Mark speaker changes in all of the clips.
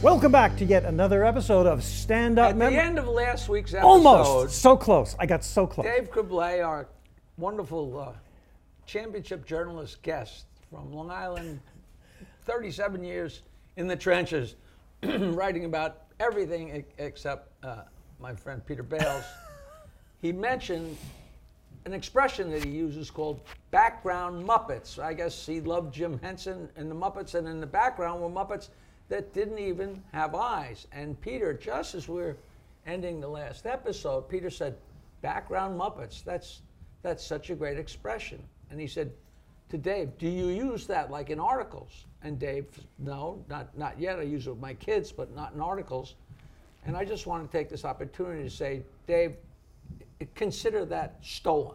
Speaker 1: Welcome back to yet another episode of Stand Up
Speaker 2: At
Speaker 1: Mem-
Speaker 2: the end of last week's episode,
Speaker 1: Almost. so close. I got so close.
Speaker 2: Dave Kublay, our wonderful uh, championship journalist guest from Long Island, 37 years in the trenches, writing about everything e- except uh, my friend Peter Bales. he mentioned an expression that he uses called background Muppets. I guess he loved Jim Henson and the Muppets, and in the background were Muppets that didn't even have eyes. And Peter, just as we're ending the last episode, Peter said, "Background Muppets. That's that's such a great expression." And he said to Dave, "Do you use that like in articles?" And Dave, "No, not not yet. I use it with my kids, but not in articles." And I just want to take this opportunity to say, Dave, consider that stolen.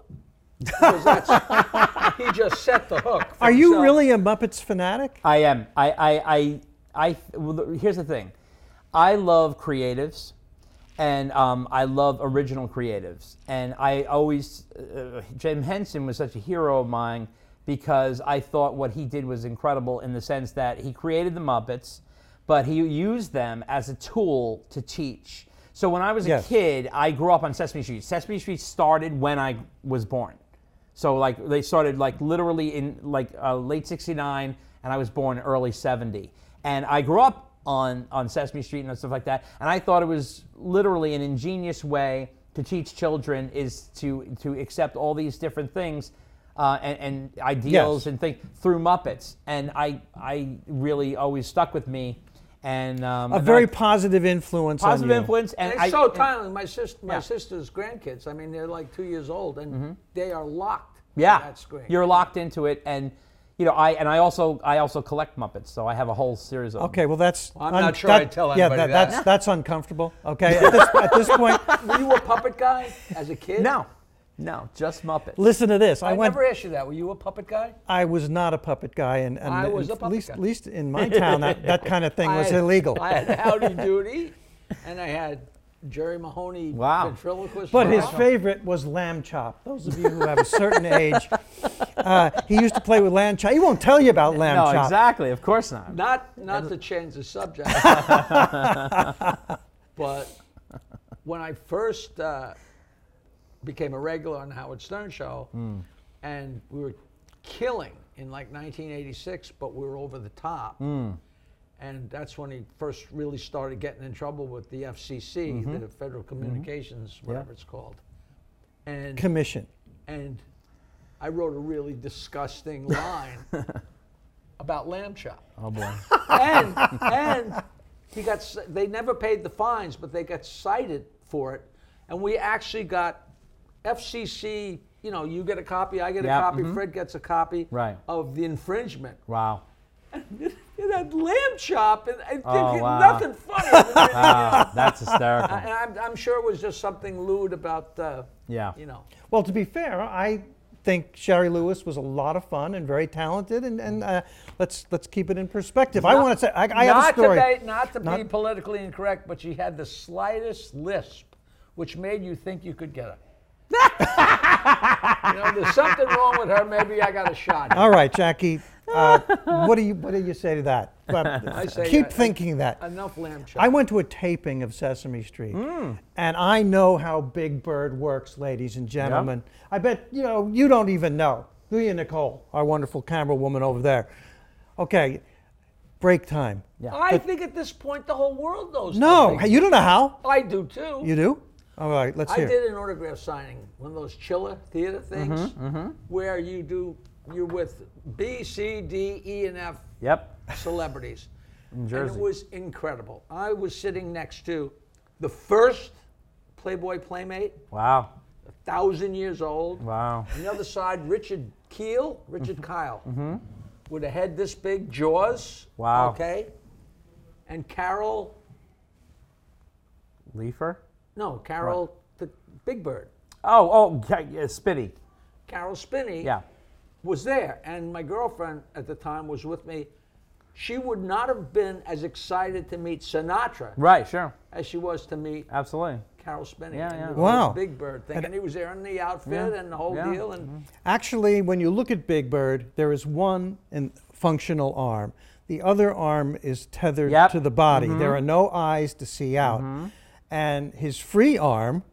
Speaker 2: Because that's, he just set the hook. for
Speaker 1: Are you
Speaker 2: himself.
Speaker 1: really a Muppets fanatic?
Speaker 3: I am. I, I, I, I well, the- here's the thing. I love creatives and um, I love original creatives. And I always, uh, Jim Henson was such a hero of mine because I thought what he did was incredible in the sense that he created the Muppets, but he used them as a tool to teach. So when I was
Speaker 1: Yes.
Speaker 3: a kid, I grew up on Sesame Street. Sesame Street started when I was born. So like they started like literally in like uh, late '69, and I was born early '70, and I grew up on on Sesame Street and stuff like that. And I thought it was literally an ingenious way to teach children is to to accept all these different things uh, and, and ideals
Speaker 1: Yes.
Speaker 3: and things through Muppets. And I I really always stuck with me, and um,
Speaker 1: A
Speaker 3: and
Speaker 1: very
Speaker 3: I-
Speaker 1: positive influence
Speaker 3: positive
Speaker 1: on you.
Speaker 3: influence. And
Speaker 2: And it's
Speaker 3: I,
Speaker 2: so
Speaker 3: and-
Speaker 2: timely. My, sis- my
Speaker 3: Yeah.
Speaker 2: sister's grandkids, I mean, they're like two years old, and
Speaker 1: Mm-hmm.
Speaker 2: they are locked
Speaker 3: Yeah,
Speaker 2: to that screen.
Speaker 3: you're locked into it, and you know I and I also I also collect Muppets, so I have a whole series of. them.
Speaker 1: Okay, well that's.
Speaker 2: I'm not sure I'd tell
Speaker 1: Yeah,
Speaker 2: anybody
Speaker 1: that,
Speaker 2: that.
Speaker 1: that's that's uncomfortable. Okay, at this, at this point,
Speaker 2: Were you a puppet guy as a kid?
Speaker 3: No, no, just Muppets.
Speaker 1: listen to this. I,
Speaker 2: I
Speaker 1: went.
Speaker 2: never asked you that. Were you a puppet guy?
Speaker 1: I was not a puppet guy, and, and
Speaker 2: I
Speaker 1: and
Speaker 2: was a
Speaker 1: at
Speaker 2: puppet
Speaker 1: least,
Speaker 2: guy.
Speaker 1: at least in my town, that, that kind of thing was
Speaker 2: I had-
Speaker 1: illegal.
Speaker 2: I had Howdy Doody, and I had Jerry Mahoney
Speaker 3: Wow.
Speaker 2: ventriloquist.
Speaker 1: But his
Speaker 2: clown.
Speaker 1: favorite was lamb chop. Those of you who have a certain age, uh, he used to play with lamb chop. He won't tell you about lamb
Speaker 3: no,
Speaker 1: chop.
Speaker 3: exactly. Of course not.
Speaker 2: Not not to change the subject, but when I first uh, became a regular on the Howard Stern show, and we were killing in like 1986, but we were over the top, and that's when he first really started getting in trouble with the FCC, the Federal Communications, whatever it's called, and
Speaker 1: Commission.
Speaker 2: and I wrote a really disgusting line about lamb chop
Speaker 3: Oh boy.
Speaker 2: and and he got s- they never paid the fines, but they got cited for it, and we actually got FCC. You know, you get a copy, I get
Speaker 3: Yeah,
Speaker 2: a copy,
Speaker 3: mhm.
Speaker 2: Fred gets a copy
Speaker 3: Right.
Speaker 2: of the infringement.
Speaker 3: Wow.
Speaker 2: It had lamb chop, and I think
Speaker 3: Oh,
Speaker 2: it-
Speaker 3: wow.
Speaker 2: nothing funny.
Speaker 3: Wow, that's hysterical.
Speaker 2: and I'm, I'm sure it was just something lewd about, uh,
Speaker 3: Yeah.
Speaker 2: you know.
Speaker 1: Well, to be fair, I think Sherry Lewis was a lot of fun and very talented. And, and uh, let's let's keep it in perspective. I want to say I, I have a
Speaker 2: not
Speaker 1: story.
Speaker 2: To be, not to be
Speaker 1: Not-
Speaker 2: politically incorrect, but she had the slightest lisp, which made you think you could get her. you know, there's something wrong with her. Maybe I got a shot.
Speaker 1: All right, Jackie, uh, what do you what do you say to that? Well,
Speaker 2: say,
Speaker 1: keep
Speaker 2: uh,
Speaker 1: thinking that.
Speaker 2: Enough lamb chop.
Speaker 1: I went to a taping of Sesame Street,
Speaker 2: Hmm.
Speaker 1: and I know how Big Bird works, ladies and gentlemen. I bet you know you don't even know. Leah Nicole, our wonderful camera woman over there. Okay, break time.
Speaker 2: I think at this point the whole world knows.
Speaker 1: No,
Speaker 2: that.
Speaker 1: you don't know how.
Speaker 2: I do too.
Speaker 1: You do? All right, let's
Speaker 2: I
Speaker 1: hear.
Speaker 2: did an autograph signing, one of those chiller theater things,
Speaker 1: Mm-hmm,
Speaker 2: where you do you're with B, C, D, E, and F
Speaker 3: Yep.
Speaker 2: celebrities. And
Speaker 3: Jersey.
Speaker 2: it was incredible. I was sitting next to the first Playboy Playmate,
Speaker 3: Wow.
Speaker 2: a thousand years old.
Speaker 3: Wow. Mm-hmm.
Speaker 2: On the other side, Richard Keel, Richard Kyle, with a head this big, jaws.
Speaker 3: Wow.
Speaker 2: Okay. And Carol,
Speaker 3: Leifer.
Speaker 2: no, Carol, the Big Bird,
Speaker 3: Oh, oh, yeah, yeah, Spitty.
Speaker 2: Carol Spinney.
Speaker 3: Yeah.
Speaker 2: was there, and my girlfriend at the time was with me. She would not have been as excited to meet Sinatra
Speaker 3: Right. Sure.
Speaker 2: as she was to meet
Speaker 3: Absolutely.
Speaker 2: Carol Spinney.
Speaker 3: Yeah,
Speaker 2: and
Speaker 3: yeah.
Speaker 2: the
Speaker 1: Wow.
Speaker 2: Big Bird thing, and, he was there in the outfit
Speaker 3: Yeah,
Speaker 2: and the whole
Speaker 3: yeah. Mm-hmm.
Speaker 2: deal. And
Speaker 1: Actually, when you look at Big Bird, there is one in functional arm. The other arm is tethered
Speaker 3: Yep. Mm-hmm.
Speaker 1: to the body. There are no eyes to see out. And his free arm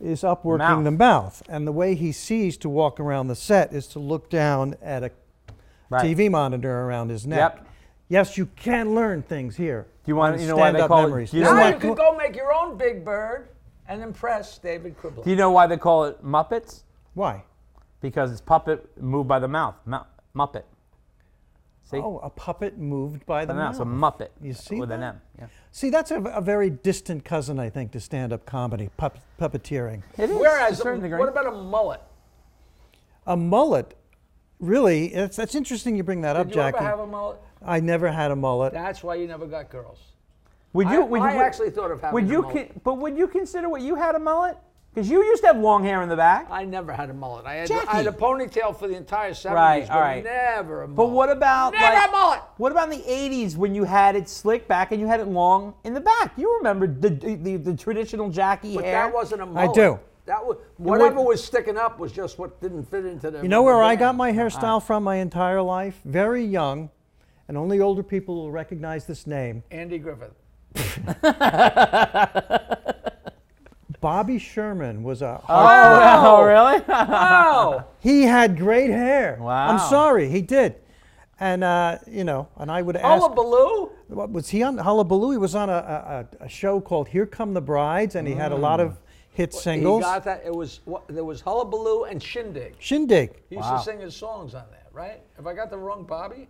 Speaker 1: is up working
Speaker 3: Mouth.
Speaker 1: the mouth. And the way he sees to walk around the set is to look down at a
Speaker 3: Right.
Speaker 1: TV monitor around his neck.
Speaker 3: Yep.
Speaker 1: Yes, you can learn things here.
Speaker 3: Do you wanna-
Speaker 1: on
Speaker 3: you know why they
Speaker 1: stand-up
Speaker 3: call it-
Speaker 1: memories.
Speaker 3: do you know
Speaker 1: That's
Speaker 2: Now
Speaker 3: why-
Speaker 1: why
Speaker 2: you could go make your own Big Bird and impress David Kribble.
Speaker 3: Do you know why they call it Muppets?
Speaker 1: Why?
Speaker 3: Because it's puppet moved by the mouth. Mu- Muppet. See?
Speaker 1: Oh, a puppet moved by the
Speaker 3: the mouth.
Speaker 1: mouth.
Speaker 3: So Muppet.
Speaker 1: You see
Speaker 3: With an
Speaker 1: that?
Speaker 3: M. Yeah.
Speaker 1: See, that's a, a very distant cousin, I think, to stand-up comedy, pup, puppeteering.
Speaker 3: It is. to
Speaker 2: Whereas,
Speaker 3: a certain degree.
Speaker 2: what about a mullet?
Speaker 1: A mullet, really, it's, that's interesting you bring that up,
Speaker 2: Did you
Speaker 1: Jackie.
Speaker 2: ever have a mullet?
Speaker 1: I never had a mullet.
Speaker 2: That's why you never got girls.
Speaker 3: would
Speaker 2: I-
Speaker 3: you? would
Speaker 2: I
Speaker 3: you,
Speaker 2: actually thought of having
Speaker 3: Would
Speaker 2: a
Speaker 3: you?
Speaker 2: mullet.
Speaker 3: Con- but would you consider what you had a mullet? Because you used to have long hair in the back.
Speaker 2: I never had a mullet. I had,
Speaker 3: Jackie.
Speaker 2: I had a ponytail for the entire 70s,
Speaker 3: Right,
Speaker 2: but
Speaker 3: all right.
Speaker 2: never a mullet.
Speaker 3: But what about
Speaker 2: Never
Speaker 3: like,
Speaker 2: a mullet!
Speaker 3: What about in the '80s when you had it slick back and you had it long in the back? You remember the the, the, traditional Jackie
Speaker 2: But
Speaker 3: hair?
Speaker 2: that wasn't a mullet.
Speaker 1: do.
Speaker 2: That was, whatever was sticking up was just what didn't fit into the.
Speaker 1: You know where I got my
Speaker 2: Uh-huh.
Speaker 1: hairstyle from my entire life? Very young, and only older people will recognize this name.
Speaker 2: Andy Griffith.
Speaker 1: Bobby Sherman was a.
Speaker 3: Oh, really?
Speaker 2: Oh,
Speaker 1: He had great hair.
Speaker 3: Wow.
Speaker 1: I'm sorry, he did. And, uh, you know, and I would ask.
Speaker 2: Hullabaloo?
Speaker 1: What was he on Hullabaloo? He was on a, a, a- a show called Here Come the Brides, and he had a lot of hit
Speaker 2: Mm. He
Speaker 1: singles.
Speaker 2: got that. It was what, there was Hullabaloo and Shindig.
Speaker 1: Shindig.
Speaker 2: He used to sing his songs on that, right? If I got the wrong Bobby,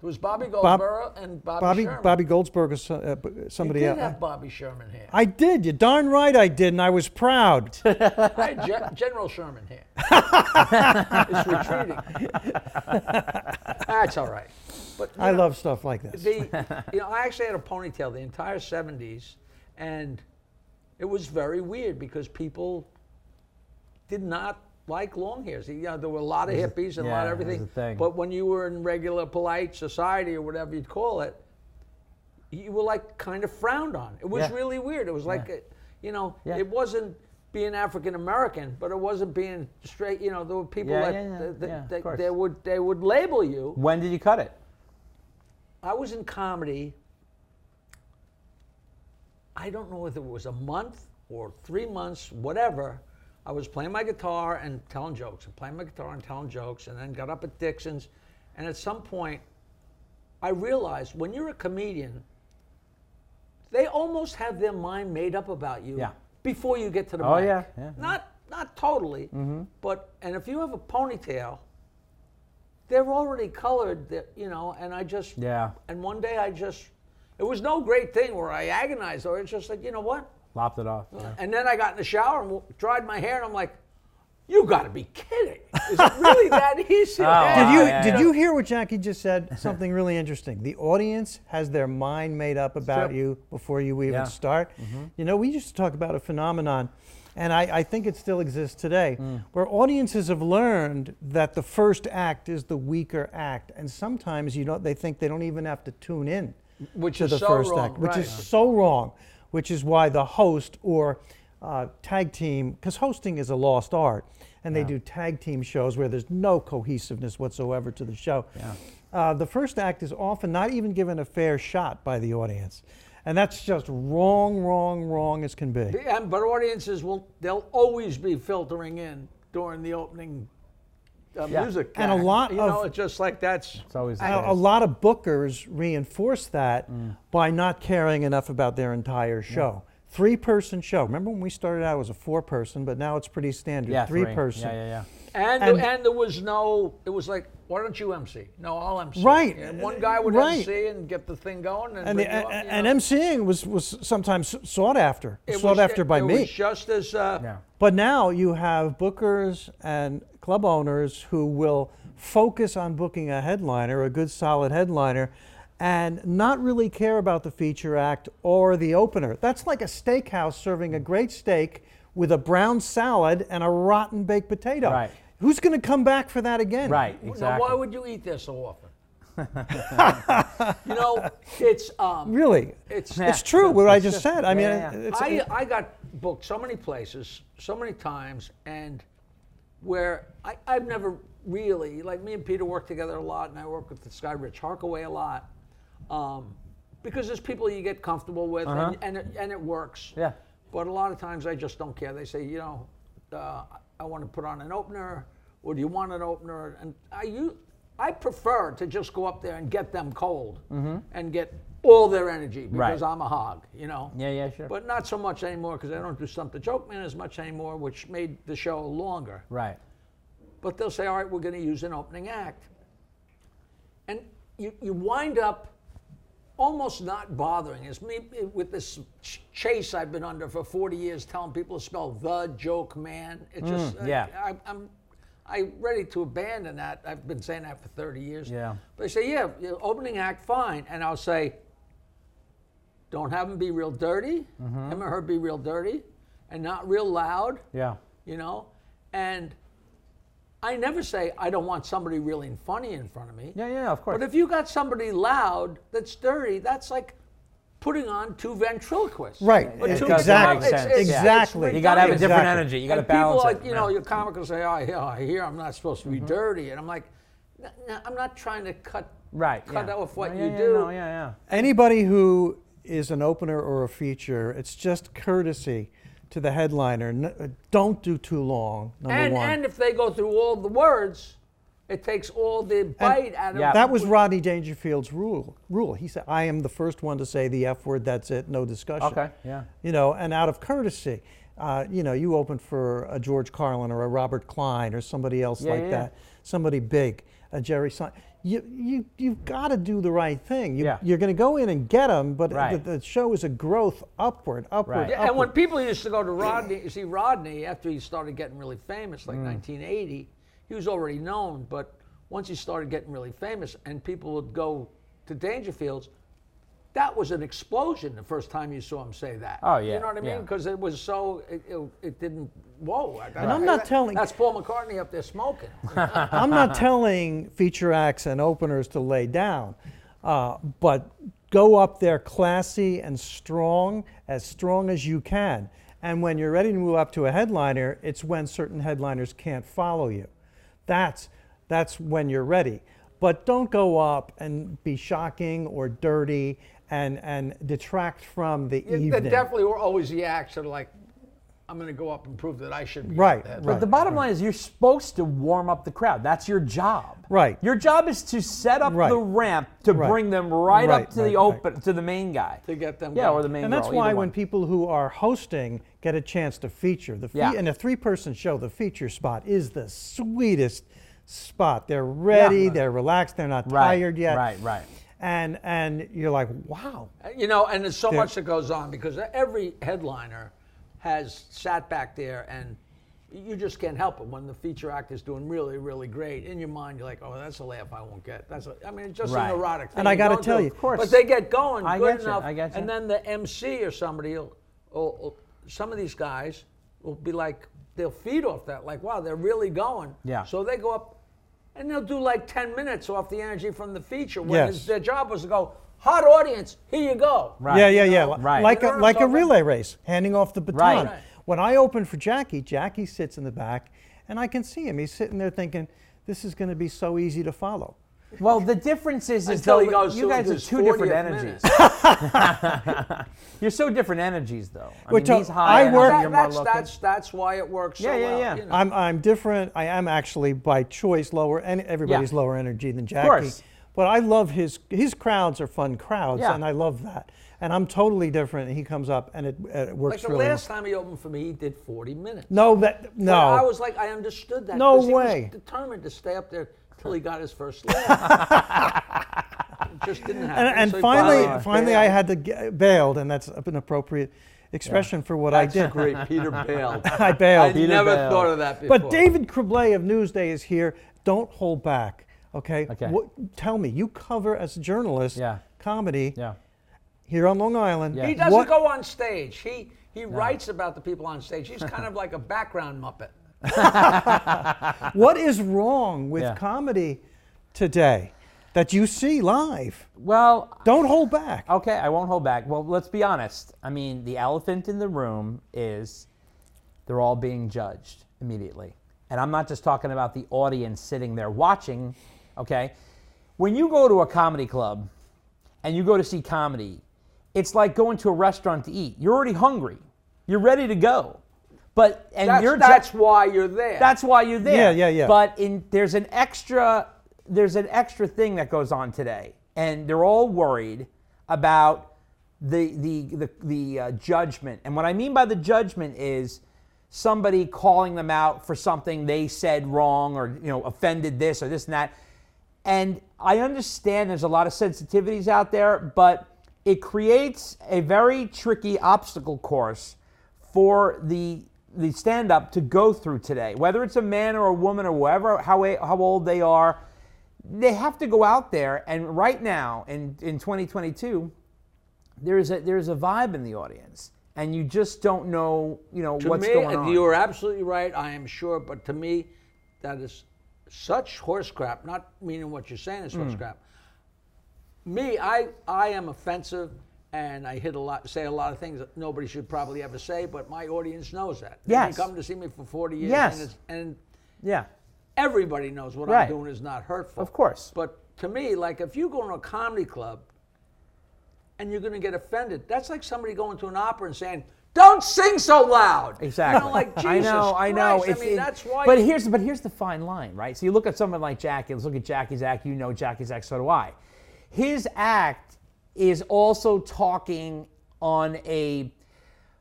Speaker 2: there was Bobby
Speaker 1: Bob-
Speaker 2: Goldberg and Bobby,
Speaker 1: Bobby
Speaker 2: Sherman.
Speaker 1: Bobby Goldsberg is uh, b-
Speaker 2: you
Speaker 1: somebody
Speaker 2: did
Speaker 1: else.
Speaker 2: have Bobby Sherman here.
Speaker 1: I did. You're darn right I did, and I was proud.
Speaker 2: I had Gen- General Sherman here. it's retreating. That's all right. But you
Speaker 1: I
Speaker 2: know,
Speaker 1: love stuff like this.
Speaker 2: the you know I actually had a ponytail the entire 70s and it was very weird because people did not like long hairs. You know, there were a lot of hippies and a lot
Speaker 3: yeah,
Speaker 2: of
Speaker 3: it was
Speaker 2: everything.
Speaker 3: a thing.
Speaker 2: But when you were in regular polite society or whatever you'd call it, you were like kind of frowned on. It was
Speaker 3: Yeah.
Speaker 2: really weird. It was like, a, you know,
Speaker 3: Yeah.
Speaker 2: it wasn't being African American, but it wasn't being straight. You know, there were people
Speaker 3: Yeah,
Speaker 2: that,
Speaker 3: yeah, yeah,
Speaker 2: that- that-
Speaker 3: yeah, of
Speaker 2: that
Speaker 3: course.
Speaker 2: they would they would label you.
Speaker 3: when did you cut it?
Speaker 2: I was in comedy. I don't know if it was a month or three months, whatever. I was playing my guitar and telling jokes, and playing my guitar and telling jokes, and then got up at Dixon's. And at some point, I realized when you're a comedian, they almost have their mind made up about you
Speaker 3: Yeah.
Speaker 2: before you get to the
Speaker 3: Oh,
Speaker 2: mic.
Speaker 3: yeah, yeah, Mm-hmm. yeah.
Speaker 2: Not not totally, but and if you have a ponytail, they're already colored, that- you know. And I just
Speaker 3: Yeah.
Speaker 2: And one day I just, it was no great thing where I agonized or it's just like you know what.
Speaker 3: Lopped it off. yeah.
Speaker 2: And then I got in the shower and w- dried my hair and I'm like, you got to be kidding! Is it really that easy?
Speaker 3: wow.
Speaker 1: Did you
Speaker 3: yeah,
Speaker 1: did
Speaker 3: yeah.
Speaker 1: you hear what Jackie just said? Something really interesting. The audience has their mind made up about
Speaker 3: true.
Speaker 1: you before you even
Speaker 3: Yeah.
Speaker 1: start.
Speaker 2: Mm-hmm.
Speaker 1: You know, we used to talk about a phenomenon, and I, I think it still exists today,
Speaker 2: Mm.
Speaker 1: where audiences have learned that the first act is the weaker act, and sometimes you don't. They think they don't even have to tune in
Speaker 2: Which
Speaker 1: to
Speaker 2: is
Speaker 1: the
Speaker 2: so
Speaker 1: first
Speaker 2: wrong,
Speaker 1: act, which is
Speaker 2: right.
Speaker 1: so wrong. Which is why the host or uh, tag team, because hosting is a lost art, and they do tag team shows where there's no cohesiveness whatsoever to the show. Uh, the first act is often not even given a fair shot by the audience, and that's just wrong, wrong, wrong as can be.
Speaker 2: And, but audiences will, they'll always be filtering in during the opening uh,
Speaker 3: Yeah.
Speaker 2: music.
Speaker 1: And a
Speaker 2: act.
Speaker 1: lot
Speaker 2: you know,
Speaker 1: of-
Speaker 2: it's just like that's.
Speaker 3: It's always the
Speaker 1: A,
Speaker 3: case.
Speaker 1: a lot of bookers reinforce that
Speaker 3: Mm.
Speaker 1: by not caring enough about their entire show. Three person show. Remember when we started out it was a four person, but now it's pretty standard.
Speaker 3: Yeah,
Speaker 1: three,
Speaker 3: three.
Speaker 1: person.
Speaker 3: Yeah, yeah, yeah.
Speaker 2: And,
Speaker 1: And-
Speaker 2: and there was no, it was like, why don't you MC? No, I'll MC.
Speaker 1: Right.
Speaker 2: And one guy would
Speaker 1: Right.
Speaker 2: MC and get the thing going. And,
Speaker 1: and, the,
Speaker 2: bring you up, you
Speaker 1: and,
Speaker 2: know.
Speaker 1: and MCing was, was sometimes sought after,
Speaker 2: It
Speaker 1: sought
Speaker 2: was-
Speaker 1: after by
Speaker 2: it
Speaker 1: me.
Speaker 2: was just as. Uh,
Speaker 3: Yeah.
Speaker 1: but now you have bookers and club owners who will focus on booking a headliner, a good solid headliner, and not really care about the feature act or the opener. That's like a steakhouse serving a great steak with a brown salad and a rotten baked potato.
Speaker 3: Right.
Speaker 1: Who's going to come back for that again?
Speaker 3: Right.
Speaker 2: Now,
Speaker 3: Exactly.
Speaker 2: why would you eat there so often? you know, it's. Um,
Speaker 1: Really?
Speaker 2: It's-
Speaker 1: it's true what I just said. I mean,
Speaker 3: Yeah, yeah, yeah.
Speaker 1: It's,
Speaker 2: I, I got booked so many places, so many times, and where I, I've never really, like me and Peter worked together a lot, and I worked with this guy, Rich Harkaway, a lot. um, because there's people you get comfortable with,
Speaker 3: Uh-huh.
Speaker 2: and and it, and it works.
Speaker 3: Yeah.
Speaker 2: But a lot of times I just don't care. They say, you know, uh, I want to put on an opener, or do you want an opener? And I you, I prefer to just go up there and get them cold
Speaker 3: Mm-hmm.
Speaker 2: and get all their energy because I'm a hog, you know.
Speaker 3: Yeah, yeah, sure.
Speaker 2: But not so much anymore because I don't do stump the joke man as much anymore, which made the show longer
Speaker 3: Right.
Speaker 2: but they'll say, all right, we're going to use an opening act. And you, you wind up almost not bothering. It's me with this ch- chase I've been under for 40 years telling people to spell the joke man. It just,
Speaker 3: Mm, yeah.
Speaker 2: I, I, I'm I ready to abandon that. I've been saying that for 30 years.
Speaker 3: Yeah.
Speaker 2: But they say, yeah, your opening act, fine. And I'll say, don't have him be real dirty,
Speaker 3: Mm-hmm.
Speaker 2: him or her be real dirty, and not real loud
Speaker 3: Yeah.
Speaker 2: you know? And I never say I don't want somebody really and funny in front of me.
Speaker 3: Yeah, yeah, of course.
Speaker 2: But if you got somebody loud that's dirty, that's like putting on two ventriloquists.
Speaker 1: Right.
Speaker 2: Or
Speaker 1: It
Speaker 2: two-
Speaker 1: doesn't
Speaker 2: Exact-
Speaker 1: make
Speaker 2: it's-
Speaker 3: sense.
Speaker 2: it's- it's
Speaker 1: Exactly.
Speaker 3: you got to have a
Speaker 2: ridiculous.
Speaker 3: different
Speaker 1: Exactly.
Speaker 3: energy. You got to
Speaker 2: And people
Speaker 3: balance
Speaker 2: like
Speaker 3: it. Mm-hmm.
Speaker 2: you know your comic will say, "Oh, yeah, I hear I'm not supposed to be dirty," and I'm like, "No, no, "I'm not trying to cut
Speaker 3: right.
Speaker 2: cut
Speaker 3: yeah.
Speaker 2: off what
Speaker 3: Yeah,
Speaker 2: you
Speaker 3: yeah,
Speaker 2: do."
Speaker 3: No, yeah,
Speaker 1: Anybody who is an opener or a feature, it's just courtesy to the headliner. N- uh, don't do too long. Number
Speaker 2: And
Speaker 1: one.
Speaker 2: and if they go through all the words, it takes all the bite out of
Speaker 3: Yeah.
Speaker 1: that was Rodney Dangerfield's rule. Rule. He said, "I am the first one to say the F word. That's it. No discussion."
Speaker 3: Okay, yeah.
Speaker 1: You know, and out of courtesy, uh, you know, you open for a George Carlin or a Robert Klein or somebody else
Speaker 3: Yeah,
Speaker 1: like
Speaker 3: yeah, yeah.
Speaker 1: that, somebody big, a Jerry Sein. You you you've got to do the right thing. You,
Speaker 3: Yeah.
Speaker 1: You're going to go in and get them, but
Speaker 3: Right.
Speaker 1: the, the show is a growth upward, upward,
Speaker 3: Right.
Speaker 2: Yeah, and when
Speaker 1: upward.
Speaker 2: people used to go to Rodney, you see Rodney after he started getting really famous,
Speaker 1: Mm.
Speaker 2: like 1980, he was already known. But once he started getting really famous, and people would go to Dangerfields, that was an explosion the first time you saw him say that.
Speaker 3: Oh,
Speaker 2: you
Speaker 3: yeah,
Speaker 2: know what I mean?
Speaker 3: yeah.
Speaker 2: because it was so it, it, it didn't. Whoa! I-
Speaker 1: And I'm
Speaker 2: I-
Speaker 1: not
Speaker 2: that-
Speaker 1: telling-
Speaker 2: That's Paul McCartney up there smoking.
Speaker 1: I'm not telling feature acts and openers to lay down, uh, but go up there classy and strong, as strong as you can. And when you're ready to move up to a headliner, it's when certain headliners can't follow you. That's that's when you're ready. But don't go up and be shocking or dirty and and detract from the
Speaker 2: There
Speaker 1: evening.
Speaker 2: definitely were always the acts that are like, I'm going to go up and prove that I should be up
Speaker 1: Right,
Speaker 2: there."
Speaker 1: right.
Speaker 3: But the bottom line is you're supposed to warm up the crowd. That's your job.
Speaker 1: Right.
Speaker 3: Your job is to set up
Speaker 1: Right.
Speaker 3: the ramp to
Speaker 1: Right.
Speaker 3: bring them right,
Speaker 1: Right,
Speaker 3: up to
Speaker 1: right,
Speaker 3: the
Speaker 1: right.
Speaker 3: open to the main guy.
Speaker 2: To get them
Speaker 3: Yeah,
Speaker 2: going.
Speaker 3: or the main
Speaker 1: And that's
Speaker 3: girl, either
Speaker 1: why when
Speaker 3: one.
Speaker 1: people who are hosting get a chance to feature the fe-
Speaker 3: Yeah.
Speaker 1: in a three-person show, the feature spot is the sweetest spot. They're ready, they're relaxed, they're not
Speaker 3: Right,
Speaker 1: tired yet.
Speaker 3: right, right.
Speaker 1: And and you're like, wow.
Speaker 2: You know, and there's so
Speaker 1: Yeah.
Speaker 2: much that goes on because every headliner has sat back there and you just can't help it when the feature act is doing really, really great. In your mind, you're like, "Oh, that's a laugh I won't get." That's, a, I mean, it's just
Speaker 3: Right.
Speaker 2: an erotic thing.
Speaker 1: And I
Speaker 2: you
Speaker 1: gotta
Speaker 2: don't
Speaker 1: tell
Speaker 2: do.
Speaker 1: you- Of course.
Speaker 2: but they get going
Speaker 3: I
Speaker 2: good
Speaker 3: get you,
Speaker 2: enough,
Speaker 3: I get you.
Speaker 2: and then the MC or somebody, will, will, will- some of these guys will be like, they'll feed off that, like, "Wow, they're really going."
Speaker 3: Yeah.
Speaker 2: So they go up, and they'll do like 10 minutes off the energy from the feature when
Speaker 1: Yes.
Speaker 2: it's- their job was to go, hot audience, here you go.
Speaker 3: Right.
Speaker 1: Yeah, yeah, yeah.
Speaker 2: No,
Speaker 1: li-
Speaker 3: right.
Speaker 1: Like
Speaker 2: You
Speaker 1: a
Speaker 2: know what
Speaker 1: like a
Speaker 2: I'm talking-
Speaker 1: relay race, handing off the baton.
Speaker 3: Right.
Speaker 1: When I open for Jackie, Jackie sits in the back and I can see him. He's sitting there thinking, This is gonna be so easy to follow.
Speaker 3: Well, the difference is, is
Speaker 2: Until
Speaker 3: though
Speaker 2: he goes
Speaker 3: you
Speaker 2: to
Speaker 3: guys are
Speaker 2: his
Speaker 3: two different
Speaker 2: 40th
Speaker 3: energies. you're so different energies, though. I
Speaker 1: We're
Speaker 3: mean,
Speaker 1: talk-
Speaker 3: he's high
Speaker 1: I
Speaker 3: energy,
Speaker 1: work-
Speaker 3: you're
Speaker 2: That,
Speaker 3: more
Speaker 2: that's,
Speaker 3: low-key.
Speaker 2: that's, that's why it works so
Speaker 3: Yeah, yeah,
Speaker 2: well.
Speaker 3: yeah.
Speaker 2: you know.
Speaker 1: I'm I'm different. I am actually by choice lower, and everybody's lower energy than Jackie.
Speaker 3: course.
Speaker 1: But I love his his crowds are fun crowds,
Speaker 3: Yeah.
Speaker 1: and I love that. And I'm totally different. And he comes up, and it, it works
Speaker 2: Like the
Speaker 1: really. well.
Speaker 2: last time he opened for me, he did 40 minutes.
Speaker 1: No, that no.
Speaker 2: But I was like, I understood that.
Speaker 1: No
Speaker 2: 'cause he was
Speaker 1: way.
Speaker 2: determined to stay up there till he got his first laugh. it just didn't happen.
Speaker 1: and and
Speaker 2: so he
Speaker 1: finally,
Speaker 2: bailed.
Speaker 1: finally, I had to get bailed, and that's an appropriate expression for what I did.
Speaker 2: Great, Peter Bale.
Speaker 1: I bailed.
Speaker 2: I never
Speaker 3: Bale.
Speaker 2: thought of that before.
Speaker 1: But David Creblay of Newsday is here. Don't hold back. Okay.
Speaker 3: Okay.
Speaker 1: What, tell me, you cover as a journalist
Speaker 3: Yeah.
Speaker 1: comedy
Speaker 3: yeah.
Speaker 1: here on Long Island.
Speaker 3: Yeah.
Speaker 2: He doesn't
Speaker 1: What-
Speaker 2: go on stage. He he writes about the people on stage. He's kind of like a background muppet.
Speaker 1: What is wrong with
Speaker 3: Yeah.
Speaker 1: comedy today that you see live?
Speaker 3: Well,
Speaker 1: Don't hold back.
Speaker 3: Okay, I won't hold back. Well, let's be honest. I mean, the elephant in the room is they're all being judged immediately. And I'm not just talking about the audience sitting there watching, okay? When you go to a comedy club and you go to see comedy, it's like going to a restaurant to eat. You're already hungry. You're ready to go. But and
Speaker 2: That's,
Speaker 3: you're
Speaker 2: that's why you're there.
Speaker 3: that's why you're there.
Speaker 1: Yeah, yeah, yeah.
Speaker 3: But in there's an extra there's an extra thing that goes on today, and they're all worried about the the the, the uh, judgment. And what I mean by the judgment is somebody calling them out for something they said wrong or you know offended this or this and that. And I understand there's a lot of sensitivities out there, but it creates a very tricky obstacle course for the the stand up to go through today. Whether it's a man or a woman or whatever, how a- how old they are, they have to go out there and right now in in 2022 there's a there's a vibe in the audience and you just don't know, you know,
Speaker 2: to
Speaker 3: what's
Speaker 2: me,
Speaker 3: going on.
Speaker 2: You are absolutely right, I am sure, but to me, that is such horse crap, not meaning what you're saying is horse
Speaker 3: Hmm.
Speaker 2: crap. Me, I, I am offensive and I hit a lot, say a lot of things that nobody should probably ever say, but my audience knows that.
Speaker 3: Yes.
Speaker 2: They've come to see me for 40 years
Speaker 3: Yes.
Speaker 2: and, it's, and
Speaker 3: yeah.
Speaker 2: everybody knows what
Speaker 3: Right.
Speaker 2: I'm doing is not hurtful.
Speaker 3: Of course.
Speaker 2: But to me, like if you go to a comedy club and you're going to get offended, that's like somebody going to an opera and saying, "Don't sing so loud."
Speaker 3: Exactly.
Speaker 2: You know, like Jesus
Speaker 3: I know. I know.
Speaker 2: Christ,
Speaker 3: It's-
Speaker 2: I mean,
Speaker 3: it-
Speaker 2: that's why.
Speaker 3: But
Speaker 2: you-
Speaker 3: here's but here's the fine line, right? So you look at someone like Jackie. Let's look at Jackie's act. You know Jackie's act. So do I. His act is also talking on a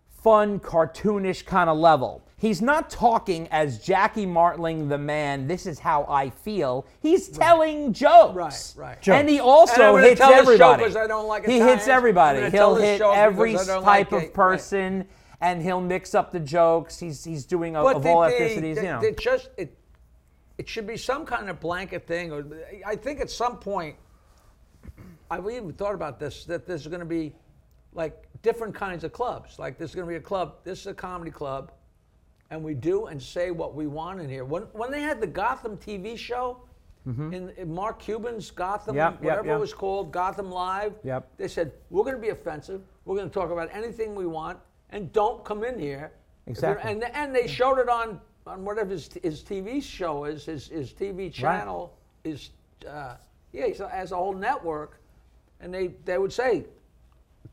Speaker 3: fun, cartoonish kind of level. He's not talking as Jackie Martling, the man. This is how I feel. He's telling jokes,
Speaker 2: Right, right.
Speaker 3: And he
Speaker 1: Jokes.
Speaker 2: And I'm
Speaker 3: also
Speaker 2: gonna
Speaker 3: hits
Speaker 2: tell this show
Speaker 3: everybody.
Speaker 2: 'cause I don't like
Speaker 3: he
Speaker 2: Italians.
Speaker 3: hits
Speaker 2: I'm
Speaker 3: everybody.
Speaker 2: gonna
Speaker 3: He'll
Speaker 2: tell this
Speaker 3: hit
Speaker 2: show
Speaker 3: every
Speaker 2: because I don't
Speaker 3: type
Speaker 2: like it.
Speaker 3: of
Speaker 2: Right.
Speaker 3: person, and he'll mix up the jokes. He's he's doing a,
Speaker 2: but
Speaker 3: of
Speaker 2: they-
Speaker 3: all
Speaker 2: they-
Speaker 3: ethnicities.
Speaker 2: they-
Speaker 3: you know,
Speaker 2: they just it. It should be some kind of blanket thing, or I think at some point, I've even thought about this that there's going to be like different kinds of clubs. Like there's going to be a club. This is a comedy club, and we do and say what we want in here. When when they had the Gotham TV show. In, in Mark Cuban's Gotham,
Speaker 3: Mm-hmm. Yep, yep,
Speaker 2: whatever
Speaker 3: yep.
Speaker 2: it was called, Gotham Live.
Speaker 3: Yep.
Speaker 2: They said we're going to be offensive. We're going to talk about anything we want, and don't come in here. if you're-
Speaker 3: Exactly.
Speaker 2: And and and they showed it on on whatever his, his TV show is, his his TV channel is. Uh, yeah, he has a whole network, and they they would say,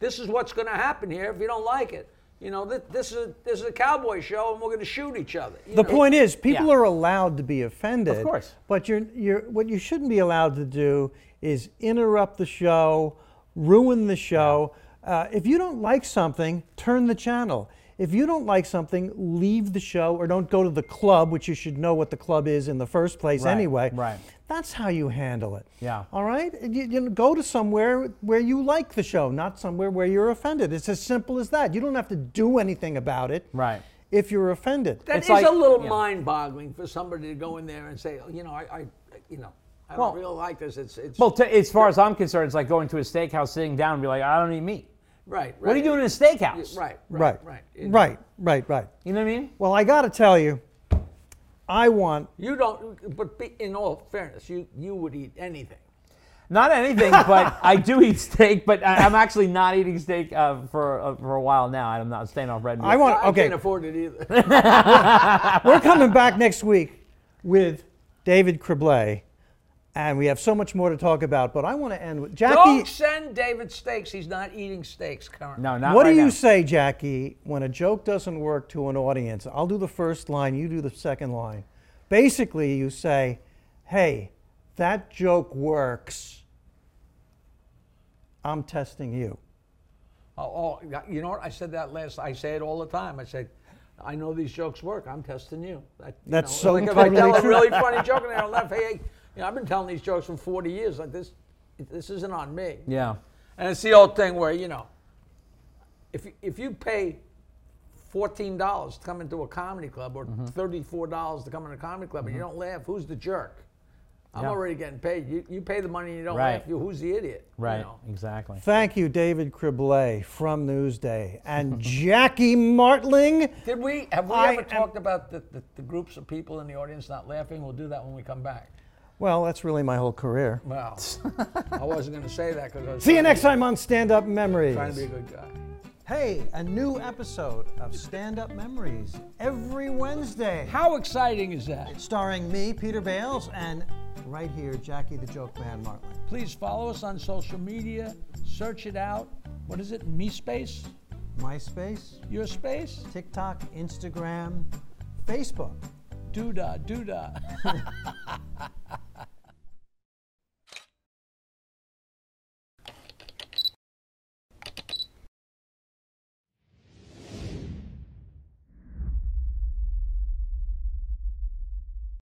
Speaker 2: "This is what's going to happen here. If you don't like it, you know, th- this is this is a cowboy show, and we're going to shoot each other." you
Speaker 1: The
Speaker 2: know?
Speaker 1: point is, people
Speaker 3: yeah.
Speaker 1: are allowed to be offended.
Speaker 3: Of course.
Speaker 1: But you're, you're, what you shouldn't be allowed to do is interrupt the show, ruin the show. Uh, if you don't like something, turn the channel. If you don't like something, leave the show or don't go to the club, which you should know what the club is in the first place
Speaker 3: Right,
Speaker 1: anyway.
Speaker 3: right.
Speaker 1: That's how you handle it.
Speaker 3: Yeah.
Speaker 1: All right? You, you know, go to somewhere where you like the show, not somewhere where you're offended. It's as simple as that. You don't have to do anything about it.
Speaker 3: Right.
Speaker 1: If you're offended.
Speaker 2: That
Speaker 3: It's
Speaker 2: is
Speaker 3: like-
Speaker 2: a little
Speaker 3: yeah.
Speaker 2: mind-boggling for somebody to go in there and say, oh, "You know, I, I you know, I
Speaker 3: Well-
Speaker 2: don't really like this." It's it's
Speaker 3: well, to, as far as I'm concerned, it's like going to a steakhouse, sitting down, and be like, I don't eat meat.
Speaker 2: right, right.
Speaker 3: What are you doing in a steakhouse?
Speaker 2: Right,
Speaker 1: Right.
Speaker 2: right, right, It-
Speaker 1: Right. Right. Right.
Speaker 3: You know what I mean?
Speaker 1: Well, I got to tell you, I want.
Speaker 2: You don't, but be, in all fairness, you you would eat anything.
Speaker 3: Not anything, but I do eat steak. But I, I'm actually not eating steak uh, for uh, for a while now. I'm not staying off red meat.
Speaker 1: I want.
Speaker 2: I
Speaker 1: Okay,
Speaker 2: can't afford it either.
Speaker 1: we're coming back next week with David Creblay, and we have so much more to talk about. But I want to end with Jackie.
Speaker 2: Don't send David steaks. He's not eating steaks currently.
Speaker 3: no, not
Speaker 1: what
Speaker 3: right
Speaker 1: do you
Speaker 3: now.
Speaker 1: say, Jackie, when a joke doesn't work to an audience? I'll do the first line. You do the second line. Basically, you say, "Hey, that joke works. I'm testing you."
Speaker 2: Oh, oh, you know what? I said that last. I say it all the time. I say, I know these jokes work. I'm testing you. That, you
Speaker 1: That's
Speaker 2: know,
Speaker 1: so
Speaker 2: like if I tell
Speaker 1: totally
Speaker 2: a really funny joke and they don't laugh, hey, hey, you know, I've been telling these jokes for 40 years. Like this, this isn't on me.
Speaker 3: Yeah.
Speaker 2: And it's the old thing where you know, if you, if you pay fourteen dollars to come into a comedy club or
Speaker 1: Mm-hmm.
Speaker 2: four dollars to come into a comedy club and you don't laugh, who's the jerk? I'm
Speaker 3: Yeah.
Speaker 2: already getting paid. You, you pay the money and you don't
Speaker 3: Right.
Speaker 2: laugh. You who's the idiot? you
Speaker 3: Right.
Speaker 2: know?
Speaker 3: Exactly.
Speaker 1: Thank you, David Criblay from Newsday and Jackie Martling.
Speaker 2: Did we have we
Speaker 1: I
Speaker 2: ever
Speaker 1: am-
Speaker 2: talked about the, the, the groups of people in the audience not laughing? We'll do that when we come back.
Speaker 1: Well, that's really my whole career.
Speaker 2: Well, I wasn't going to say that because I was
Speaker 1: See you
Speaker 2: trying
Speaker 1: next
Speaker 2: to
Speaker 1: time on Stand Up
Speaker 2: be- Trying to be a
Speaker 1: Memories.
Speaker 2: good guy.
Speaker 1: Hey, a new episode of Stand Up Memories every Wednesday.
Speaker 2: How exciting is that?
Speaker 1: Starring me, Peter Bales, and right here, Jackie the Joke Man Martling.
Speaker 2: Please follow us on social media Search it out. What is it? Me space?
Speaker 1: MySpace,
Speaker 2: Your space?
Speaker 1: TikTok, Instagram, Facebook.
Speaker 2: Doodah, doodah.